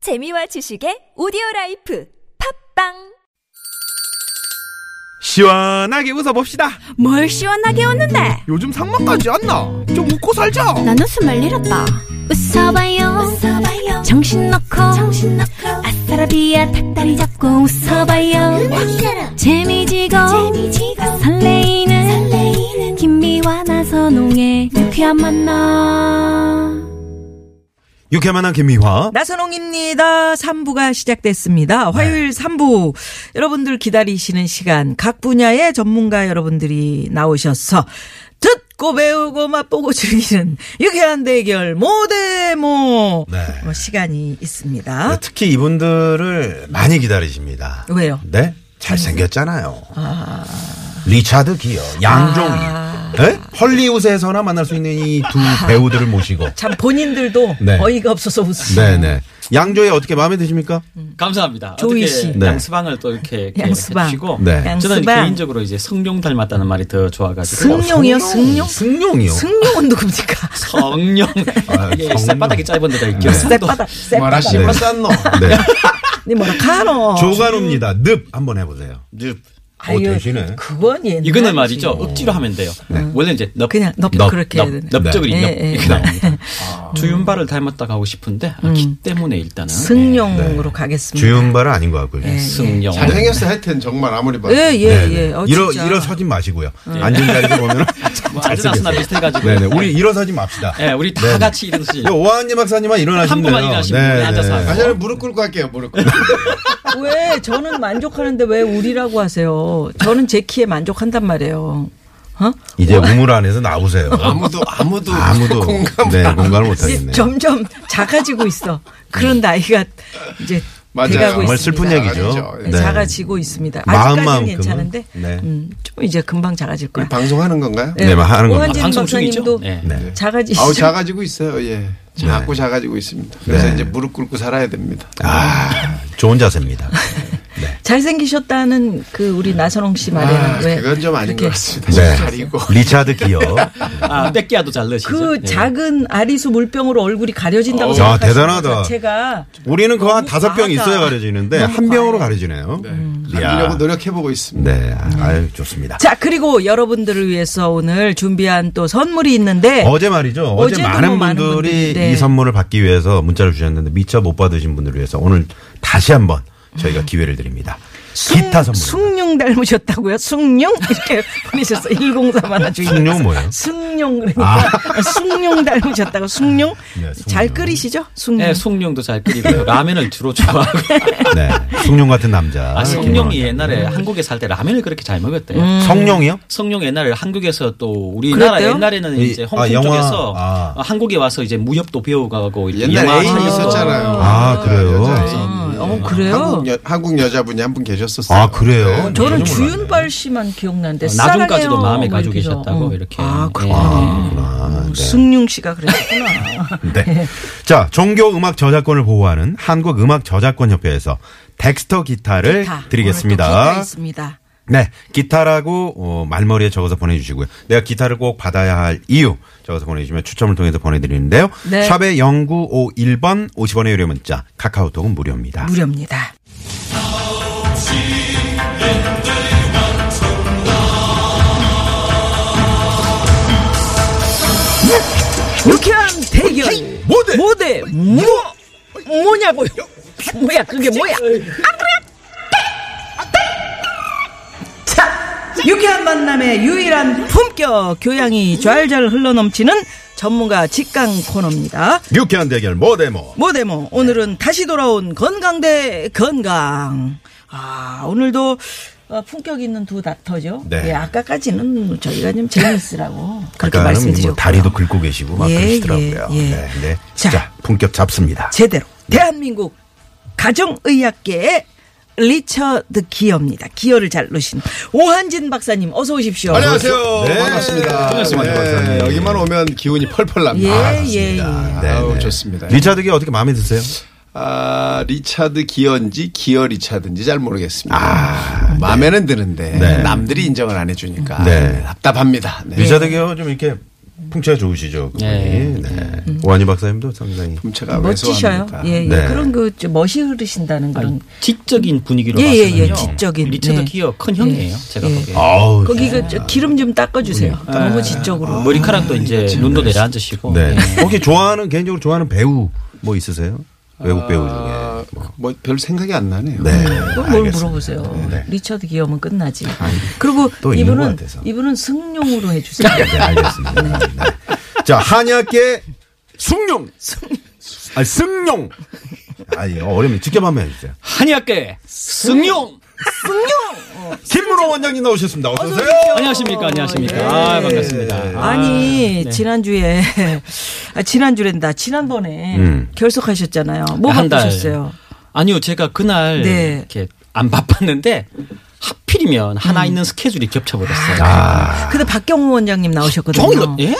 재미와 지식의 오디오 라이프 팝빵 시원하게 웃어봅시다. 뭘 시원하게 웃는데 요즘 상만까지 안 나. 좀 웃고 살자. 난 웃음을 잃었다 웃어봐요, 정신 놓고 아싸라비아 닭다리 잡고 웃어봐요 재미지고, 설레이는, 김미와 나선홍의 유쾌한 만남 유쾌만한 김미화. 나선홍입니다. 3부가 시작됐습니다. 네. 화요일 3부. 여러분들 기다리시는 시간. 각 분야의 전문가 여러분들이 나오셔서 듣고 배우고 맛보고 즐기는 유쾌한 대결 모대모 네. 어, 시간이 있습니다. 특히 이분들을 많이 기다리십니다. 왜요? 네? 잘생겼잖아요. 리차드 기어, 양종희. 아. 네? 헐리우드에서나 만날 수 있는 이 두 배우들을 모시고. 참 본인들도 네. 어이가 없어서 웃으시고 네네. 양조희 어떻게 마음에 드십니까? 감사합니다. 조이 씨. 어떻게 네. 양수방을 또 이렇게, 이렇게 양수방. 해주시고 네. 저는 양수방. 개인적으로 이제 성룡 닮았다는 말이 더 좋아가지고 승룡이요? 승룡? 음. 승룡이요. 승룡은 누굽니까? 성룡 아, 이게 성룡. 쌔바닥이 짧은 데다 이렇게 쌔바닥, 쌔바닥. 네. 네. 니 뭐라 카노? 어, 조간호입니다. 늪 한번 해보세요. 늪. 어, 되시네. 그건 옛날. 이거는 말이죠 억지로 하면 돼요. 원래 이제 넙, 그냥 넙, 네. 넙, 그렇게 넙, 해야 되네. 넙적으로 네. 이 넙. 예, 예. 이렇게 나옵니다. 주윤발을 닮았다 가고 싶은데 아, 기 때문에 일단은 네. 승룡으로 가겠습니다. 네. 주윤발은 아닌 것 같고요. 네. 승룡. 잘생겼어 하여튼 정말 아무리 봐도 예, 예, 네, 예. 네. 어, 일어, 진짜. 일어서지 마시고요. 앉은 자리에서 보면. 예. 뭐 아즈나스나 비슷해가지고. 네네. 우리 일어서지 맙시다. 예, 우리 네. 다 같이 이런 식. 요 오한지 박사님만 일어나시면 한 분만 돼요. 네, 일어나시면 돼요. 앉아서 하고. 아 저는 무릎 꿇고 할게요 무릎 꿇고 왜 저는 만족하는데 왜 우리라고 하세요? 저는 제 키에 만족한단 말이에요. 어? 이제 우물 안에서 나오세요. 아무도 아무도 아무도 공감 네, 안 공감을 못 이제 하겠네. 점점 작아지고 있어. 그런 나이가 이제 맞아요. 돼가고 정말 있습니다. 슬픈 얘기죠. 알죠. 네, 작아지고 있습니다. 아직까지는 마음만큼은. 괜찮은데 네. 음, 좀 이제 금방 작아질 거야. 방송하는 건가요? 네, 막 하는 겁니다. 오한진 방송 중이죠? 박사님도 네. 작아지시죠. 아우 작아지고 있어요 예 자꾸 작아지고 있습니다 그래서 이제 무릎 꿇고 살아야 됩니다 아, 좋은 자세입니다. 잘생기셨다는 그 우리 나선홍 씨 말에는 아, 왜 그건 좀 아닌 그렇게 것 같습니다 네. 좀 가리고 리차드 기어. 아, 뺏기야도 잘 넣으시죠. 그 예. 어. 작은 아리수 물병으로 얼굴이 가려진다고 야, 생각하시는 대단하다. 것 자체가 우리는 그 한 너무 다섯 병 과하다. 있어야 가려지는데 너무 한 병으로 과해. 가려지네요. 음. 음. 가리려고 노력해보고 있습니다 네, 아, 아유, 좋습니다. 자 그리고 여러분들을 위해서 오늘 준비한 또 선물이 있는데 어제 말이죠. 어제 네. 어제도 많은 뭐 많은 분들이 분들이, 네. 이 선물을 받기 위해서 문자를 주셨는데 미처 못 받으신 분들을 위해서 오늘 다시 한번 저희가 기회를 드립니다. 기타 선물. 숭룡 닮으셨다고요? 숭룡 이렇게 보내셨어 1031 하나 주인 숭룡 뭐예요? 숭룡 그러니까 숭룡 닮으셨다고 숭룡 아. 네, 숭룡. 잘 끓이시죠? 숭룡 예, 송룡도 잘 끓이고요. 라면을 주로 좋아하고. 네. 숭룡 같은 남자. 아, 김영환. 성룡이 옛날에 음. 한국에 살 때 라면을 그렇게 잘 먹었대요. 성룡이요? 성룡 옛날에 한국에서 또 우리나라 그랬대요? 옛날에는 이- 이제 홍콩 아, 영화. 쪽에서 아. 한국에 와서 이제 무협도 배우가고 이렇게 옛날에 영화 애인 촬영- 있었잖아요 아, 그래요? 여자 애인. 아, 어 그래요? 한국, 여, 한국 여자분이 한 분 계셨었어요 아, 그래요? 저는 전혀 몰랐네요. 주윤발 씨만 기억나는데 어, 사랑해요. 나중까지도 마음에 뭐 가지고 이렇게 해서. 계셨다고 어. 이렇게. 아 예. 그렇구나. 아, 네. 승룡 씨가 그랬구나. 네. 자, 종교 음악 저작권을 보호하는 한국 음악 저작권 협회에서 덱스터 기타를 드리겠습니다. 오늘 또 기타 있습니다. 네, 기타라고 어, 말머리에 적어서 보내주시고요. 내가 기타를 꼭 받아야 할 이유 적어서 보내주시면 추첨을 통해서 보내드리는데요. 네. 샵의 0951번 50원의 유료 문자 카카오톡은 무료입니다. 무료입니다. 유쾌한 대결 모대 모대 뭐 뭐냐고요? 뭐야 그게 뭐야? 아, 그래. 자 유쾌한 만남의 유일한 품격 교양이 좌절절 흘러넘치는 전문가 직강 코너입니다. 유쾌한 대결 모데모. 뭐 모데모 네. 오늘은 다시 돌아온 건강 대 건강. 아 오늘도 어, 품격 있는 두 닥터죠. 네. 예, 아까까지는 저희가 좀 재미있으라고 그렇게 아까는 말씀드렸고 뭐 다리도 긁고 계시고 막 예, 그러시더라고요. 예, 예. 네, 네. 자. 자, 본격 잡습니다. 제대로 네. 대한민국 가정의학계의 리처드 기어입니다. 기어를 잘 넣으신 오한진 박사님 어서 오십시오. 안녕하세요 네. 어, 반갑습니다 반갑습니다. 네, 여기만 오면 기운이 펄펄 예, 납니다 예, 예. 네, 아우 네. 좋습니다 리차드기 어떻게 마음에 드세요? 아, 리차드 기어인지 기어 리차드인지 잘 모르겠습니다. 마음에는 드는데 네. 남들이 인정을 안 해주니까 네. 답답합니다. 네. 리차드기요 좀 이렇게 풍채가 좋으시죠. 그분이. 예. 네. 음. 오한희 박사님도 상당히. 품체가 멋지셔요. 왜소합니다. 예, 예. 네. 그런 그 머시 흐르신다는 그런 지적인 분위기로 예, 예, 봐서는요. 예, 지적인. 리차드 예. 기어 큰 형이에요. 제가 예. 보기에. 아우. 거기 그 저 기름 좀 닦아주세요. 너무 지적으로. 뭐 머리카락도 이제 눈도 어. 내려앉으시고. 네. 예. 거기 좋아하는 개인적으로 좋아하는 배우 뭐 있으세요? 외국 배우 아, 중에. 뭐 별 생각이 안 나네요. 네. 그럼 뭘 알겠습니다. 물어보세요. 네. 아, 리처드 기어면 끝나지. 그리고 또 있는 것 이분은 같아서. 이분은 승용으로 해주세요. 네, 알겠습니다. 네. 자, 한약계 숭룡. 아, 승룡. 아니, 예, 어렵네. 직접 한번 해주세요. 한의학계 승용. 김문호 원장님 나오셨습니다. 어서오세요. 안녕하십니까? 네. 안녕하십니까? 아, 반갑습니다. 네. 아니 지난주에 아, 지난주랜다 지난번에 음. 결석하셨잖아요. 뭐 한 달. 바쁘셨어요? 아니요, 제가 그날 네. 이렇게 안 바빴는데 하필이면 음. 하나 있는 스케줄이 겹쳐버렸어요. 아. 근데 박경호 원장님 나오셨거든요. 종일 놀- 예?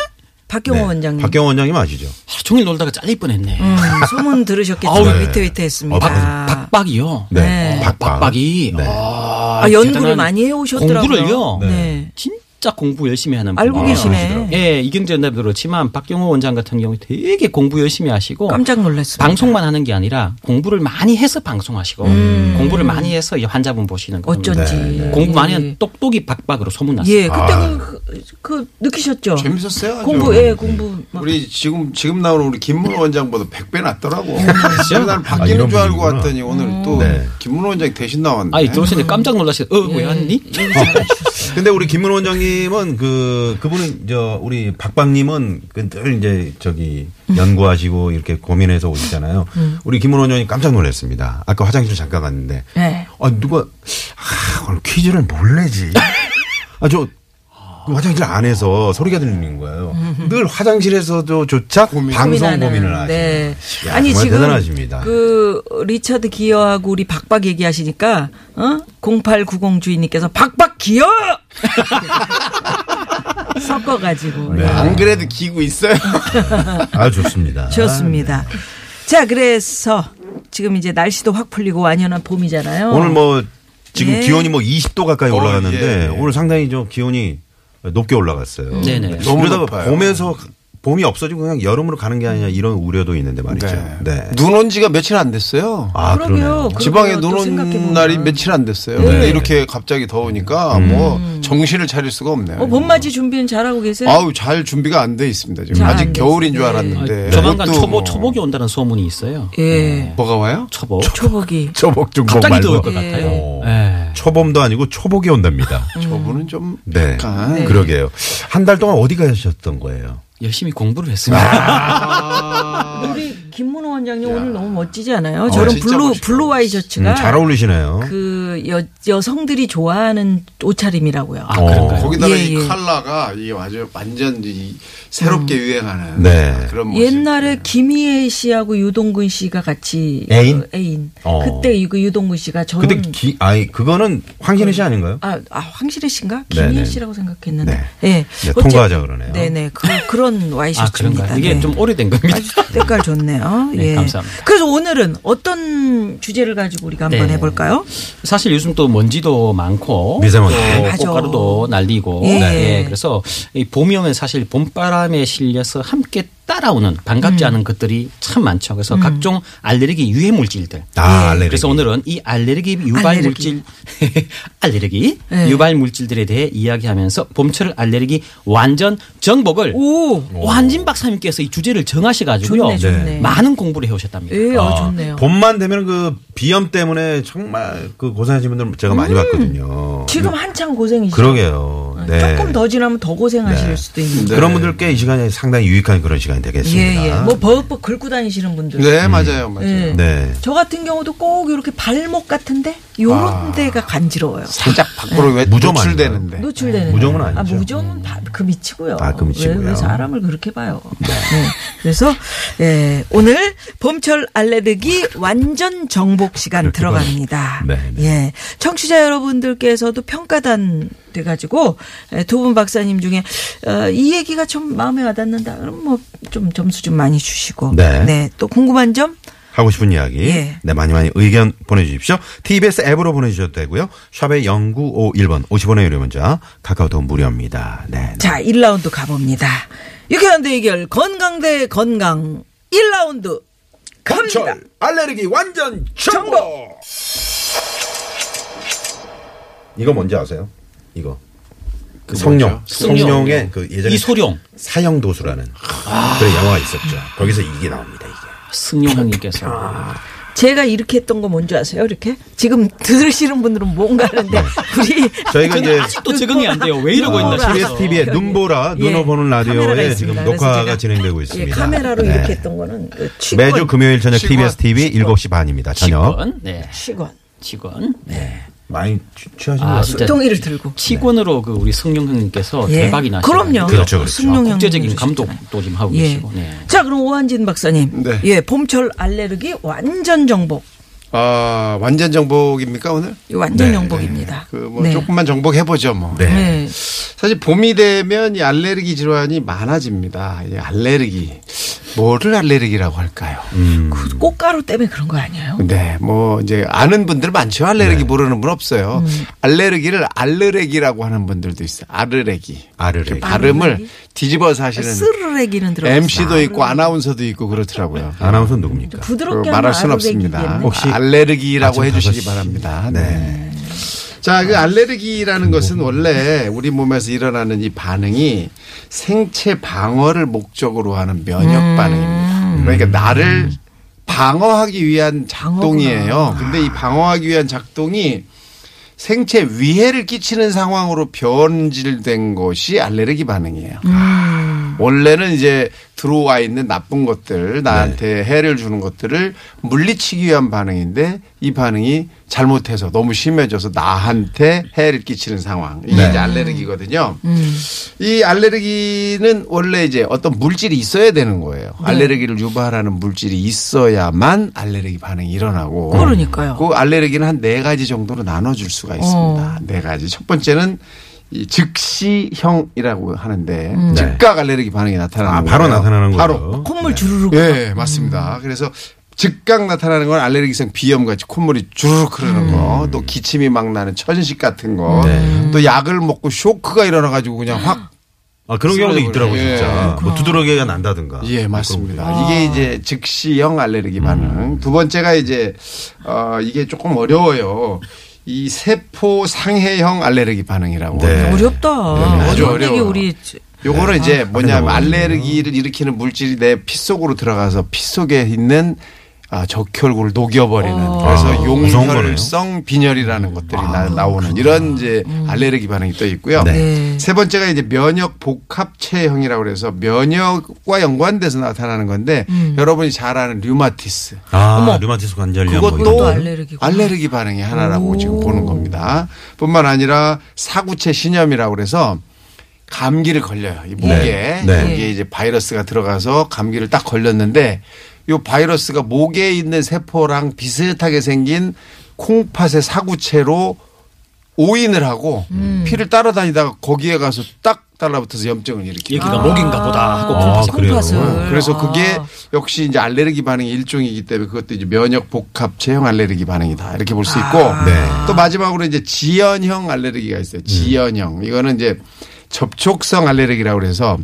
박경호 원장님 네. 박경호 원장님 아시죠? 하루 종일 놀다가 잘릴 뻔했네. 음, 소문 들으셨겠죠. 아우, 네. 위태위태했습니다. 어, 박, 박박이요. 어, 네. 네. 박박. 박박이. 아, 연구를 많이 해오셨더라고요. 공부를요. 네. 진짜 공부 열심히 아, 하는 알고 분이에요. 계시네. 예, 이경재 연답도 그렇지만 박경호 원장 같은 경우 되게 공부 열심히 하시고 깜짝 놀랐습니다. 방송만 하는 게 아니라 공부를 많이 해서 방송하시고 공부를 많이 해서 이 환자분 보시는 거예요. 음. 어쩐지 네, 공부 많이 한 똑똑이 박박으로 소문났어요. 예, 그때 아. 그, 그, 그 느끼셨죠. 재밌었어요. 아주. 공부 네. 예 공부 막 우리 지금 지금 나오는 우리 김문호 원장보다 100배 낫더라고. 그래서 난 네. 아, 이런 바뀌는 줄 알고 분이구나. 왔더니 오늘 또 네. 김문호 원장 대신 나왔네. 아니 들어오시는데 깜짝 놀라시죠. 어, 예. 왜 왔니? 근데 우리 김문호 원장님은 그, 그분은 저, 우리 박박님은 그늘 이제 저기 연구하시고 이렇게 고민해서 오시잖아요. 음. 우리 김문호 원장님 깜짝 놀랐습니다. 아까 화장실 잠깐 갔는데. 네. 아, 누가, 아, 오늘 퀴즈를 뭘 내지? 아, 저, 그 화장실 안에서 소리가 들리는 거예요. 늘 화장실에서도 조차 방송 고민을 하시는. 네. 야, 아니 정말 지금 대단하십니다. 그 리차드 기어하고 우리 박박 얘기하시니까 어? 0890 주인님께서 박박 기어 섞어 가지고 예, 네. 안 그래도 기고 있어요. 아, 좋습니다. 아, 좋습니다. 네. 자, 그래서 지금 이제 날씨도 확 풀리고 완연한 봄이잖아요. 어. 오늘 뭐 지금 예. 기온이 뭐 20도 가까이 어, 올라갔는데 예, 예. 오늘 상당히 좀 기온이 높게 올라갔어요. 네네. 너무 그러다가 높아요. 봄에서 봄이 없어지고 그냥 여름으로 가는 게 아니냐 이런 우려도 있는데 말이죠. 네. 눈온 지가 며칠 안 됐어요. 아, 그러게요. 그러네요. 그러게요. 지방에 또 생각해보면. 네. 눈온 날이 며칠 안 됐어요. 근데 이렇게 갑자기 더우니까 뭐 정신을 차릴 수가 없네요. 음. 어, 봄맞이 준비는 잘하고 계세요? 아우 잘 준비가 안 돼 있습니다. 지금 잘안 아직 돼 겨울인 줄 아, 네. 알았는데 조만간 그것도 초보 뭐 초복이 온다는 소문이 있어요. 음. 예. 뭐가 와요? 초복. 초복이. 초복 중복 갑자기 말고. 더울 것 같아요. 음. 어. 예. 초봄도 아니고 초복이 온답니다. 음. 저분은 좀 네. 약간 그러게요. 한 달 동안 어디 가셨던 거예요? 열심히 공부를 아. 했습니다. 우리 김문호 원장님 오늘 너무 멋지지 않아요? 저런 진짜 블루 멋있다. 블루 와이셔츠가 음, 잘 어울리시네요. 그 여, 여성들이 좋아하는 옷차림이라고요. 어, 아, 그런가요? 거기다가 예, 예. 이 컬러가 이 아주 완전 이 새롭게 유행하는 네. 그런 모습. 옛날에 김희애 씨하고 유동근 씨가 같이 애인? 그 애인. 어. 그때 이거 유동근 씨가 저런 근데 기, 아니 그거는 황신혜 씨 아닌가요? 아, 아 황실혜 씨인가? 네네. 김희애 씨라고 생각했는데. 네. 예. 네, 통과하자 그러네요. 네네. 그, 그런 아, 와이셔츠입니다. 그런가요? 이게 네. 좀 오래된 겁니다. 아주 색깔 좋네요. 네, 예. 감사합니다. 그래서 오늘은 어떤 주제를 가지고 우리가 한번 네. 해볼까요? 사실 요즘 또 먼지도 많고 미세먼지. 또 네, 맞아. 꽃가루도 날리고 예. 네. 예, 그래서 이 봄이 오면 사실 봄바람에 실려서 함께 따라오는 음. 반갑지 않은 것들이 참 많죠. 그래서 각종 알레르기 유해 물질들. 아, 알레르기. 네. 그래서 오늘은 이 알레르기 유발 알레르기. 물질 알레르기 네. 유발 물질들에 대해 이야기하면서 봄철 알레르기 완전 정복을 오! 완진 박사님께서 이 주제를 정하셔 가지고요. 좋네, 좋네. 많은 공부를 해 오셨답니다. 예, 어, 아, 좋네요. 봄만 되면 그 비염 때문에 정말 그 고생하시는 분들 제가 많이 봤거든요. 음, 음, 지금 한창 네. 고생이시죠. 어, 그러게요. 네. 조금 더 지나면 더 고생하실 네. 수도 있는데. 그런 분들께 이 시간이 상당히 유익한 그런 시간이 되겠습니다. 예, 예. 뭐 버릇버 긁고 다니시는 분들. 네 맞아요 맞아요. 예. 네. 저 같은 경우도 꼭 이렇게 발목 같은데 아. 요런 데가 간지러워요. 살짝 밖으로 왜 무좀 아닌가요? 노출되는데. 노출되는 무정은 거. 아니죠. 아, 무정은 다- 그 미치고요. 아, 그 미치고요. 왜, 왜 사람을 그렇게 봐요. 네. 그래서 예, 오늘 봄철 알레르기 완전 정복 시간 들어갑니다. 네, 네. 예. 청취자 여러분들께서도 평가단 돼 가지고 예, 두 분 박사님 중에 어, 이 얘기가 좀 마음에 와닿는다. 그럼 뭐 좀 점수 좀 많이 주시고 네. 또 궁금한 점 하고 싶은 이야기. 예. 네, 많이 많이 의견 보내주십시오. TBS 앱으로 보내주셔도 되고요. 샵의 0951번 50원의 유료 문자 카카오톡 무료입니다. 네. 네. 자, 1라운드 가봅니다. 유쾌한 대결 건강 대 건강 1라운드 갑니다. 철 알레르기 완전 정보. 정보. 이거 뭔지 아세요? 이거 그 성룡 성룡의 그 예전에 이 소룡 사형 도수라는 그런 영화가 있었죠. 거기서 이게 나옵니다. 이게 그 승용 형님께서 제가 이렇게 했던 거 뭔지 아세요? 이렇게 지금 들으시는 분들은 뭔가 하는데 우리 네. 저희가 저는 이제 아직도 적응이 안 돼요. 왜 이러고 네. 있나 TBS 싶어서. TV의 눈보라 예, 눈어 보는 카메라가 라디오에 있습니다. 지금 그래서 제가 녹화가 진행되고 있습니다. 예, 카메라로 네. 이렇게 했던 거는 그 취권, 매주 금요일 저녁 직원. TBS TV 7시 반입니다. 저녁. 직원, 네, 취권 직원. 네. 많이 취- 취하신 아, 것 진짜 동의를 들고 치곤으로 그 우리 승용 형님께서 예. 대박이 나시고 그럼요. 그렇죠, 그렇죠. 승용 형님 국제적인 주셨잖아요. 감독도 지금 하고 예. 계시고. 네. 자, 그럼 오한진 박사님. 네. 예, 봄철 알레르기 완전 정복. 아 완전 정복입니까 오늘? 이 완전 네, 정복입니다. 그 뭐 조금만 정복해 보죠 뭐. 네. 네. 사실 봄이 되면 이 알레르기 질환이 많아집니다. 이 알레르기 뭐를 알레르기라고 할까요? 그 꽃가루 때문에 그런 거 아니에요? 네, 뭐 이제 아는 분들 많죠. 알레르기 네. 모르는 분 없어요. 음. 알레르기를 알르레기라고 하는 분들도 있어요. 아르레기. 아르레기. 발음을 뒤집어서 하시는 쓰르레기는 들어. MC도 있고 아나운서도 있고 그렇더라고요. 아나운서 누굽니까? 부드럽게 그 말할 순 하면 없습니다. 알레르기겠네. 혹시 알레르기라고 아침 해주시기 다섯 시. 바랍니다. 네. 자, 그 알레르기라는 것은 원래 우리 몸에서 일어나는 이 반응이 생체 방어를 목적으로 하는 면역 음. 반응입니다. 그러니까 나를 방어하기 위한 작동이에요. 근데 이 방어하기 위한 작동이 생체 위해를 끼치는 상황으로 변질된 것이 알레르기 반응이에요. 원래는 이제 들어와 있는 나쁜 것들 나한테 해를 주는 것들을 물리치기 위한 반응인데 이 반응이 잘못해서 너무 심해져서 나한테 해를 끼치는 상황 이게 이제 알레르기거든요. 음. 이 알레르기는 원래 이제 어떤 물질이 있어야 되는 거예요. 네. 알레르기를 유발하는 물질이 있어야만 알레르기 반응이 일어나고 그러니까요. 그 알레르기는 한 네 가지 정도로 나눠줄 수가 어. 있습니다. 네 가지. 첫 번째는 이 즉시형이라고 하는데 즉각 알레르기 반응이 나타나는 음. 네. 아, 바로 거예요. 나타나는 네. 거예요. 바로. 어, 콧물 주르륵. 음. 예, 맞습니다. 그래서 즉각 나타나는 건 알레르기성 비염 같이 콧물이 주르륵 흐르는 음. 거, 또 기침이 막 나는 천식 같은 거, 네. 또 약을 먹고 쇼크가 일어나 가지고 그냥 확 아, 그런 경우도 쓰러져 있더라고요, 버려요. 진짜. 뭐 두드러기가 난다든가. 뭐 예, 맞습니다. 이게 이제 즉시형 알레르기 음. 반응. 두 번째가 이제 어 이게 조금 어려워요. 이 세포 상해형 알레르기 반응이라고. 네. 합니다. 아, 어렵다. 아주 어려운 얘기 어려워요. 우리 요거는 이제 뭐냐면 아, 그래요. 알레르기를 일으키는 물질이 내 피 속으로 들어가서 피 속에 있는 아, 적혈구를 녹여버리는 그래서 아, 무서운 아, 용혈성 빈혈이라는 것들이 나, 나오는 이런 이제 알레르기 반응이 또 있고요. 네. 세 번째가 이제 면역 복합체형이라고 그래서 면역과 연관돼서 나타나는 건데 여러분이 잘 아는 류마티스 아, 류마티스 관절염. 뭐 이런 그것도 거. 알레르기구나. 알레르기 반응의 하나라고 지금 보는 겁니다. 뿐만 아니라 사구체 신염이라고 그래서 감기를 걸려요. 이 목에 네. 여기에 이제 바이러스가 들어가서 감기를 딱 걸렸는데 이 바이러스가 목에 있는 세포랑 비슷하게 생긴 콩팥의 사구체로 오인을 하고 음. 피를 따라다니다가 거기에 가서 딱 달라붙어서 염증을 일으키고 아. 여기가 목인가 보다 하고 아, 콩팥이 그래요? 콩팥을. 음, 그래서 그게 역시 이제 알레르기 반응의 일종이기 때문에 그것도 이제 면역 복합체형 알레르기 반응이다 이렇게 볼 수 있고 아. 네. 또 마지막으로 이제 지연형 알레르기가 있어요. 지연형 이거는 이제 접촉성 알레르기라고 그래서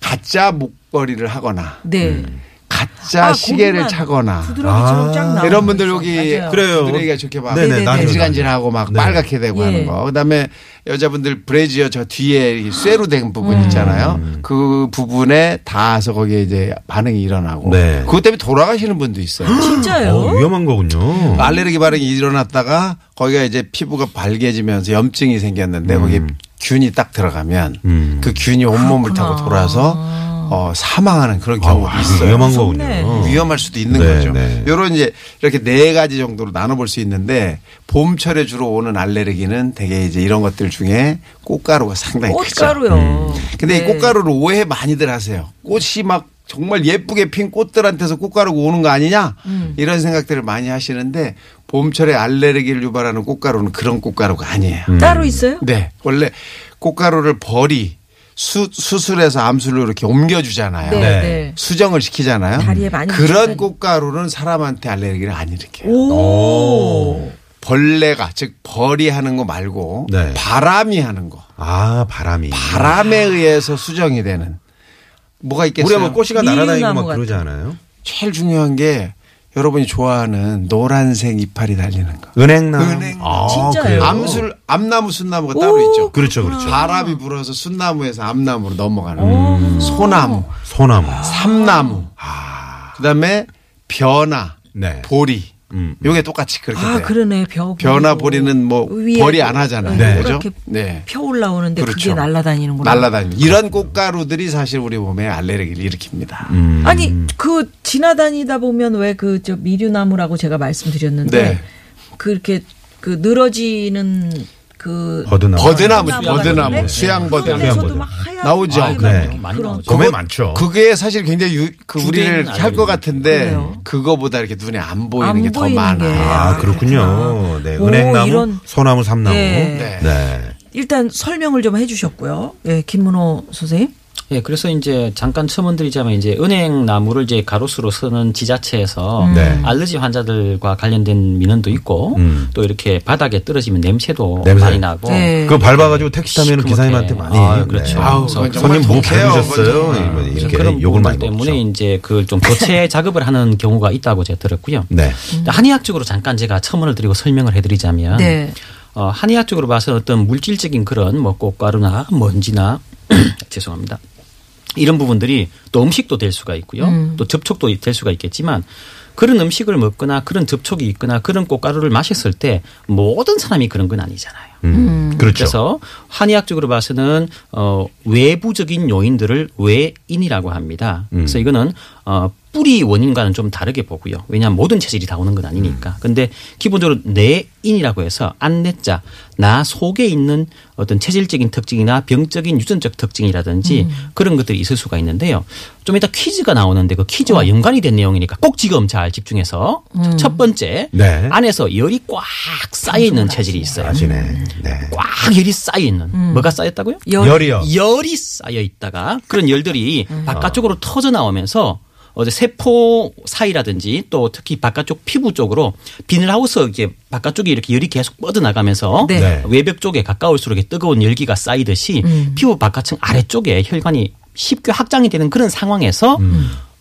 가짜 목걸이를 하거나 네. 가짜 아, 시계를 고기만 차거나 아, 부드러기처럼 쫙 나오는 네, 이런 분들 거 여기 있어요. 어. 맞아요. 그래요. 두드러기가 좋게 봐. 네네, 네네네. 나중에 간질간질하고 막 네. 빨갛게 되고 예. 하는 거. 그다음에 여자분들 브래지어 저 뒤에 이 쇠로 된 음. 부분 있잖아요. 음. 그 부분에 닿아서 거기에 이제 반응이 일어나고. 네. 그것 때문에 돌아가시는 분도 있어요. 진짜요? 어, 위험한 거군요. 알레르기 반응이 일어났다가 거기가 이제 피부가 발개지면서 염증이 생겼는데 거기에 균이 딱 들어가면 음. 그 균이 온몸을 타고 돌아서 어, 사망하는 그런 경우도 아, 있어요. 위험한 무섭네. 거군요. 위험할 수도 있는 네, 거죠. 네. 요런 이제 이렇게 네 가지 정도로 나눠볼 수 있는데 봄철에 주로 오는 알레르기는 되게 이제 이런 것들 중에 꽃가루가 상당히 크죠. 음. 꽃가루요. 근데 이 네. 꽃가루를 오해 많이들 하세요. 꽃이 막 정말 예쁘게 핀 꽃들한테서 꽃가루가 오는 거 아니냐 음. 이런 생각들을 많이 하시는데 봄철에 알레르기를 유발하는 꽃가루는 그런 꽃가루가 아니에요. 음. 음. 따로 있어요? 네. 원래 꽃가루를 벌이 수, 수술해서 암술로 이렇게 옮겨주잖아요. 네, 네. 네. 수정을 시키잖아요. 다리에 많이 붙여가지고. 그런 꽃가루는 사람한테 알레르기를 안 일으켜요. 벌레가 즉 벌이 하는 거 말고 네. 바람이 하는 거. 아, 바람이. 바람에 의해서 수정이 되는 뭐가 우리 있겠어요? 한번 꽃이가 날아다니고 밀나무 막 그러지 같은. 않아요? 제일 중요한 게 여러분이 좋아하는 노란색 이파리 달리는 거. 은행나무. 은행. 아, 진짜요? 그래요? 암술 암나무 순나무가 오, 따로 있죠. 그렇죠, 그렇죠. 바람이 불어서 순나무에서 암나무로 넘어가는 소나무, 소나무. 아, 삼나무. 그다음에 벼나, 네. 보리. 음, 요게 똑같이 그렇게 아, 돼요. 그러네. 벼. 벼나 보고. 보리는 뭐 위에 벌이 안 하잖아요. 네. 그죠? 이렇게 네. 펴 올라오는데 그게 그렇죠. 날아다니는구나. 네. 날라다니는 이런 꽃가루들이 사실 우리 몸에 알레르기를 일으킵니다. 음, 아니 그 지나다니다 보면 왜 그 저 미류나무라고 제가 말씀드렸는데 네. 그렇게 그 늘어지는 그 버드나무. 아, 버드나무, 버드나무 버드나무, 같은데? 수양 그런데 버드나무. 수양 저도 버드나무. 막 하얀 나오죠. 빨간 네. 많이 그런 나오죠. 겁에 많죠. 그게 사실 굉장히 유, 그 우리를 주된 할 것 알레르기. 같은데 그래요. 그거보다 이렇게 눈에 안 보이는 안 게 더 보이는 게. 많아. 아, 그렇군요. 네. 오, 은행나무, 이런- 소나무, 삼나무. 네. 네. 일단 설명을 좀 해주셨고요. 예, 김문호 선생님. 예, 그래서 이제 잠깐 첨언드리자면 이제 은행나무를 이제 가로수로 쓰는 음. 지자체에서 네. 알러지 환자들과 관련된 민원도 있고 음. 또 이렇게 바닥에 떨어지면 냄새도 냄새. 많이 나고 네. 그거 밟아가지고 택시 타면 시커멓게. 기사님한테 많이. 네. 아, 그렇죠. 아우, 그래서 그건 정말 손님 뭐 독해요, 밟으셨어요? 아, 그건 정말. 네, 이러면 그래서 그런 이렇게 욕을 많이 부분들 먹죠. 때문에 이제 그걸 좀 교체 작업을 하는 경우가 있다고 제가 들었고요. 음. 네. 근데 한의학적으로 잠깐 제가 첨언을 드리고 설명을 해드리자면 네. 어, 한의학적으로 봐서 어떤 물질적인 그런 뭐 꽃가루나 먼지나 죄송합니다. 이런 부분들이 또 음식도 될 수가 있고요. 또 접촉도 될 수가 있겠지만 그런 음식을 먹거나 그런 접촉이 있거나 그런 꽃가루를 마셨을 때 모든 사람이 그런 건 아니잖아요. 음, 그렇죠. 래서 한의학적으로 봐서는 어, 외부적인 요인들을 외인이라고 합니다. 음. 그래서 이거는 어, 뿌리 원인과는 좀 다르게 보고요. 왜냐하면 모든 체질이 다 오는 건 아니니까. 음. 근데 기본적으로 내인이라고 해서 안내자 나 속에 있는 어떤 체질적인 특징이나 병적인 유전적 특징이라든지 음. 그런 것들이 있을 수가 있는데요. 좀 이따 퀴즈가 나오는데 그 퀴즈와 어. 연관이 된 내용이니까 꼭 지금 잘 집중해서 첫 번째 음. 네. 안에서 열이 꽉 쌓여 있는 체질이 있어요. 아시네. 네. 꽉 열이 쌓여 있는 뭐가 쌓였다고요? 열- 열이요. 열이 쌓여 있다가 그런 열들이 바깥쪽으로 터져 나오면서 어제 세포 사이라든지 또 특히 바깥쪽 피부 쪽으로 비닐하우스 이렇게 바깥쪽에 이렇게 열이 계속 뻗어나가면서 네. 네. 외벽 쪽에 가까울수록 이렇게 뜨거운 열기가 쌓이듯이 피부 바깥층 아래쪽에 혈관이 쉽게 확장이 되는 그런 상황에서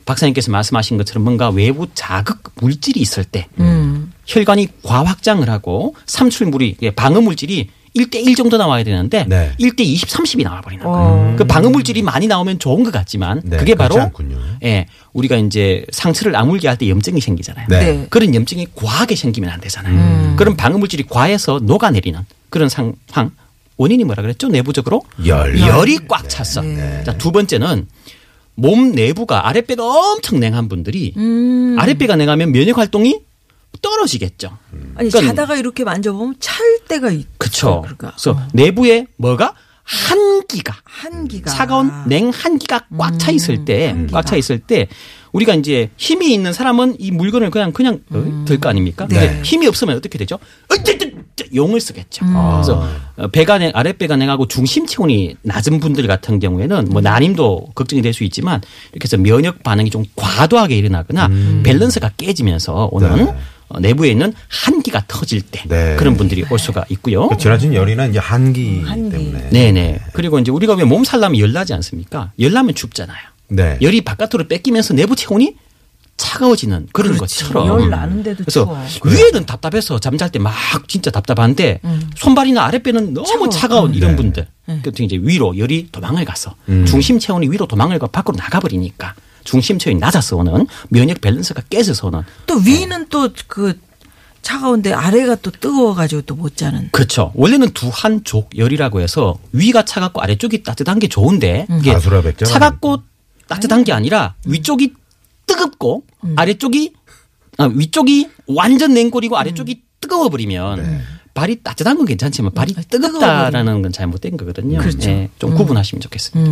박사님께서 말씀하신 것처럼 뭔가 외부 자극 물질이 있을 때 음. 혈관이 과확장을 하고 삼출물이 예, 방어 물질이 1대1 정도 나와야 되는데 네. 1대20, 30이 나와버리는 거예요. 그 방어 물질이 많이 나오면 좋은 것 같지만 네, 그게 그렇지 바로 않군요. 예, 우리가 이제 상처를 아물게 할 때 염증이 생기잖아요. 네. 네. 그런 염증이 과하게 생기면 안 되잖아요. 그런 방어 물질이 과해서 녹아내리는 그런 상황 원인이 뭐라 그랬죠? 내부적으로 열. 열이 꽉 찼어. 자, 두 번째는 몸 내부가 아랫배가 엄청 냉한 분들이 아랫배가 냉하면 면역 활동이 떨어지겠죠. 아니 그러니까- 자다가 이렇게 만져보면 찰 때가 있. 그렇죠. 음. 그러니까. 그래서 내부에 뭐가 한기가 한기가 음, 차가운 네. 냉한기가 꽉 차 있을 때, 꽉 차 있을 때 우리가 이제 힘이 있는 사람은 이 물건을 그냥 그냥 어, 들 거 아닙니까? 네. 근데 힘이 없으면 어떻게 되죠? 으뜨뜨뜨 용을 음. 쓰겠죠. 그래서 아. 어, 배가 냉, 아랫배가 냉하고 중심 체온이 낮은 분들 같은 경우에는 음. 뭐 난임도 걱정이 될 수 있지만 이렇게 해서 면역 반응이 좀 과도하게 일어나거나 음. 밸런스가 깨지면서 오는 어, 내부에 있는 한기가 터질 때 네. 그런 분들이 올 수가 있고요. 그 지나친 열이나 이제 한기, 한기. 때문에. 네네. 그리고 이제 우리가 왜 몸 살라면 열나지 않습니까? 열나면 춥잖아요. 네. 열이 바깥으로 뺏기면서 내부 체온이 차가워지는 그런 것처럼. 그렇죠. 음. 열 나는데도 그래서 추워. 위에는 답답해서 잠잘 때 막 진짜 답답한데 음. 손발이나 아랫배는 너무 차가운 네. 이런 분들. 그때 이제 위로 열이 도망을 가서 음. 중심 체온이 위로 도망을 가 밖으로 나가버리니까 중심 체온이 낮아서 오는 면역 밸런스가 깨져서 오는 또 위는 또 그 차가운데 아래가 또 뜨거워가지고 또 못 자는. 그렇죠. 원래는 두한족 열이라고 해서 위가 차갑고 아래쪽이 따뜻한 게 좋은데 음. 이게 아수라백전 차갑고 따뜻한 게 아니라 위쪽이 뜨겁고 아래쪽이 아, 위쪽이 완전 냉골이고 아래쪽이 뜨거워 버리면 발이 따뜻한 건 괜찮지만 발이 네. 음, 뜨겁다라는 건 잘못된 거거든요. 그렇죠. 좀 구분하시면 좋겠습니다.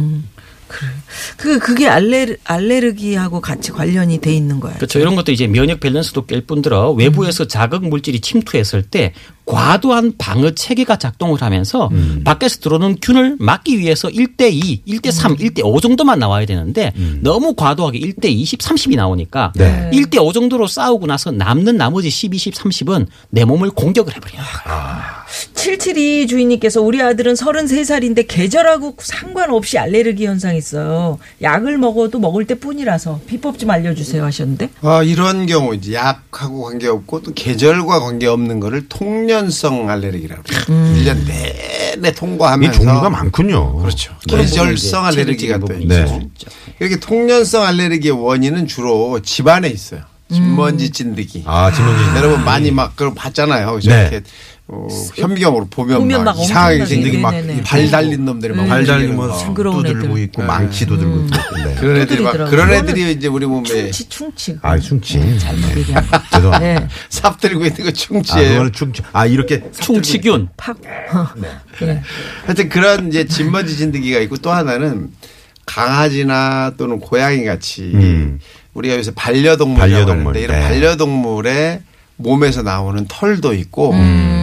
그 그게 알레 알레르기하고 같이 관련이 돼 있는 거예요. 그렇죠. 이런 것도 이제 면역 밸런스도 깰 뿐더러 외부에서 자극 물질이 침투했을 때 과도한 방어 체계가 작동을 하면서 밖에서 들어오는 균을 막기 위해서 1대 2, 1대 3, 1대 5 정도만 나와야 되는데 너무 과도하게 1대 20, 30이 나오니까 네. 1대 5 정도로 싸우고 나서 남는 나머지 10, 20, 30은 내 몸을 공격을 해버려요. 772 주인님께서 우리 아들은 33살인데 계절하고 상관없이 알레르기 현상 있어요. 약을 먹어도 먹을 때 뿐이라서 비법 좀 알려주세요 하셨는데. 아, 이런 경우 이제 약하고 관계없고 또 계절과 관계없는 거를 통년성 알레르기라고 그래요. 음. 1년 내내 이 통과하면서 종류가 많군요. 네. 그렇죠. 그런 계절성 부분이 이제 알레르기가 또 체질적인 부분이 있죠. 있을 수 있죠. 이렇게 통년성 알레르기의 원인은 주로 집안에 있어요. 음. 진먼지 찐득이. 아, 지문진. 여러분 많이 막 그걸 봤잖아요. 그죠? 네. 이렇게 어, 현미경으로 보면, 보면 막, 막 이상하게 엄청나게 생긴 네네네. 음. 막발 달린 놈들이 막 발 달린 움직이는 뭐 거. 징그러운 삽도 들고 애들. 있고 망치도 들고 있고. 네. 네. 그런 애들이 막 뚜들이더라고요. 그런 그거는 애들이 이제 우리 몸에 충치 충치. 아, 충치. 네. 얘기하는 거. 죄송합니다. 네. 삽 들고 있는 거 아, 충치예요. 그거는 충치. 아, 이렇게 충치균. 팍. 네. 어. 예. 하여튼 그런 이제 진먼지 진드기가 있고 또 하나는 강아지나 또는 고양이 같이 음. 우리가 요새 반려동물이라고 반려동물, 하는데 이런 네. 반려동물의 몸에서 나오는 털도 있고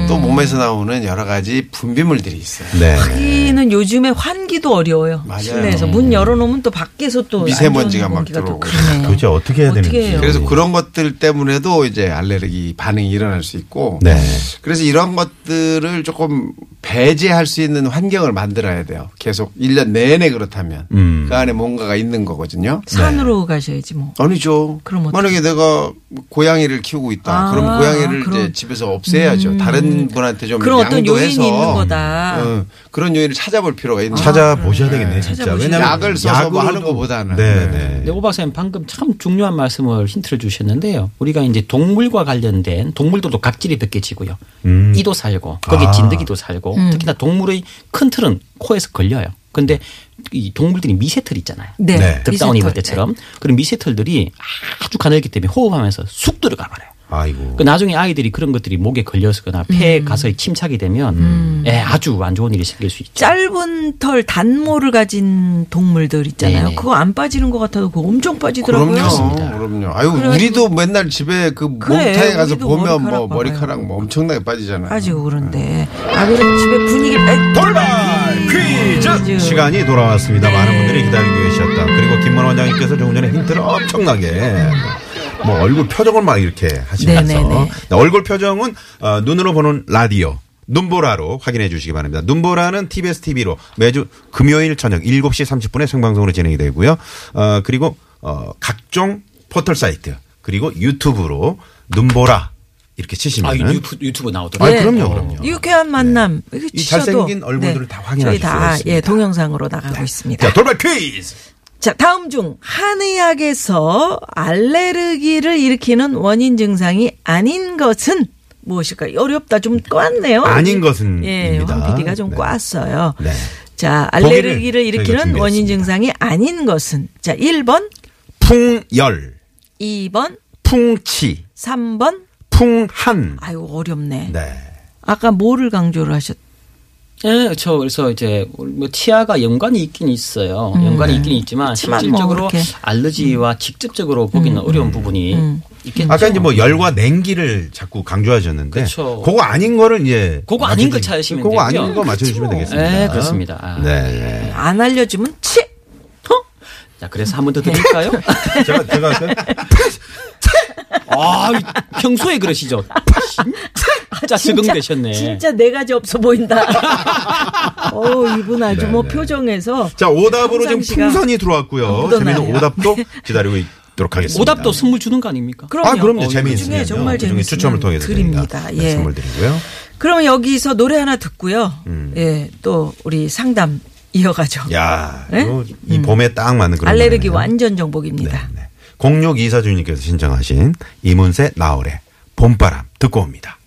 또 몸에서 나오는 여러 가지 분비물들이 있어요. 네. 환기는 요즘에 환기도 어려워요. 맞아요. 음. 실내에서 문 열어놓으면 또 밖에서 또 미세먼지가 안 좋은 막 공기가 또 들어오고. 그러네요. 도대체 어떻게 해야 어떻게 되는지. 해요? 그래서 그런 것들 때문에도 이제 알레르기 반응이 일어날 수 있고 네. 그래서 이런 것들을 조금 배제할 수 있는 환경을 만들어야 돼요. 계속 1년 내내 그렇다면 음. 그 안에 뭔가가 있는 거거든요. 산으로 네. 가셔야지 뭐. 아니죠. 그럼 어떡해? 만약에 내가 고양이를 키우고 있다. 아, 그럼 고양이를 그럼. 음, 이제 집에서 없애야죠. 다른 분한테 좀 그런 어떤 양도해서 요인이 있는 거다. 어, 그런 요인을 찾아볼 필요가 있는 거죠. 찾아보셔야 되겠네, 진짜. 찾아보시죠. 왜냐면 약을 써서 뭐 하는 약으로도- 것보다는. 네, 네. 네. 네, 오 박사님 방금 참 중요한 말씀을 힌트를 주셨는데요. 우리가 이제 동물과 관련된 동물들도 각질이 벗겨지고요. 이도 살고 거기 아. 진드기도 살고 음. 특히나 동물의 큰 틀은 코에서 걸려요. 근데 이 동물들이 미세털 있잖아요. 네. 네. 득다운 입을 미세털. 때처럼 그런 미세털들이 아주 가늘기 때문에 호흡하면서 쑥 들어가 버려요. 아이고. 그 나중에 아이들이 그런 것들이 목에 걸려서거나 음. 폐에 가서 침착이 되면 예, 아주 안 좋은 일이 생길 수 있죠. 짧은 털 단모를 가진 동물들 있잖아요. 네네. 그거 안 빠지는 것 같아도 그거 엄청 빠지더라고요. 그럼요. 그럼요. 아유, 그래. 우리도 맨날 집에 그 그래, 목욕탕에 가서 우리도 보면 머리카락 뭐 봐봐요. 머리카락 뭐 엄청나게 빠지잖아요. 빠지고 그런데 아 그래서 집에 분위기 돌발 퀴즈 시간이 돌아왔습니다. 많은 분들이 기다리고 계셨다. 그리고 김만 원장님께서 조금 전에 힌트를 엄청나게 뭐 얼굴 표정을 막 이렇게 하시면서 네네네. 얼굴 표정은 어, 눈으로 보는 라디오. 눈보라로 확인해 주시기 바랍니다. 눈보라는 TBS TV로 매주 금요일 저녁 7시 30분에 생방송으로 진행이 되고요. 어, 그리고 어, 각종 포털 사이트 그리고 유튜브로 눈보라 이렇게 아, 치시면은 유튜브, 유튜브 나오더라고요. 아니, 그럼요, 그럼요. 네. 유쾌한 만남 이거 이 치셔도, 네. 잘생긴 얼굴들을 다 확인하실 저희 수가 다, 있습니다. 네. 예, 동영상으로 나가고 있습니다. 자, 돌발 퀴즈! 자, 다음 중 한의학에서 알레르기를 일으키는 원인 증상이 아닌 것은 무엇일까요? 어렵다. 좀 꽈네요. 아닌 것은 예, 입니다. 황 PD가 좀 네. 꽈어요. 네. 자, 보기를 알레르기를 저희가 일으키는 준비했습니다. 원인 증상이 아닌 것은 자, 1번, 풍열, 2번, 풍치, 3번. 풍한. 아유, 어렵네. 네. 아까 뭐를 강조를 하셨 예, 그렇죠. 그래서 이제 뭐 치아가 연관이 있긴 있어요. 연관이 있긴 있지만 그치만 실질적으로 뭐 음. 네. 이렇게. 음. 알러지와 직접적으로 보기는 어려운 부분이 있겠죠. 예, 아까 이제 뭐 열과 냉기를 자꾸 강조하셨는데 그쵸. 그거 아닌 거를 이제 그거 맞춰주- 아닌 거 찾으시면 그거 되고요. 아닌 거 맞춰 주시면 되겠습니다. 네, 그렇습니다. 아. 네. 안 알려주면 치! 어? 자, 그래서 한 번 더 드릴까요? 네. 제가 제가 그, 할까요? 아, 이- 평소에 그러시죠. 진짜 적응되셨네. 아, 진짜 네 가지 없어 보인다. 어 이분 아주 뭐 표정에서 네, 자, 오답으로 지금 평상시가 풍선이 들어왔고요. 묻어나요. 재미있는 오답도 기다리고 있도록 하겠습니다. 오답도 선물 주는 거 아닙니까? 그럼요. 아, 그럼요. 그 재미있으면 중에 정말 재밌으면 추첨을 통해서 드립니다. 저희가 네, 예. 선물 드리고요. 그럼 여기서 노래 하나 듣고요. 예, 또 우리 상담 이어가죠. 음. 야, 네? 이거 이 봄에 딱 맞는 그런 알레르기 노래네요. 완전 정복입니다. 네. 0624주님께서 신청하신 이문세 나월의 봄바람 듣고 옵니다.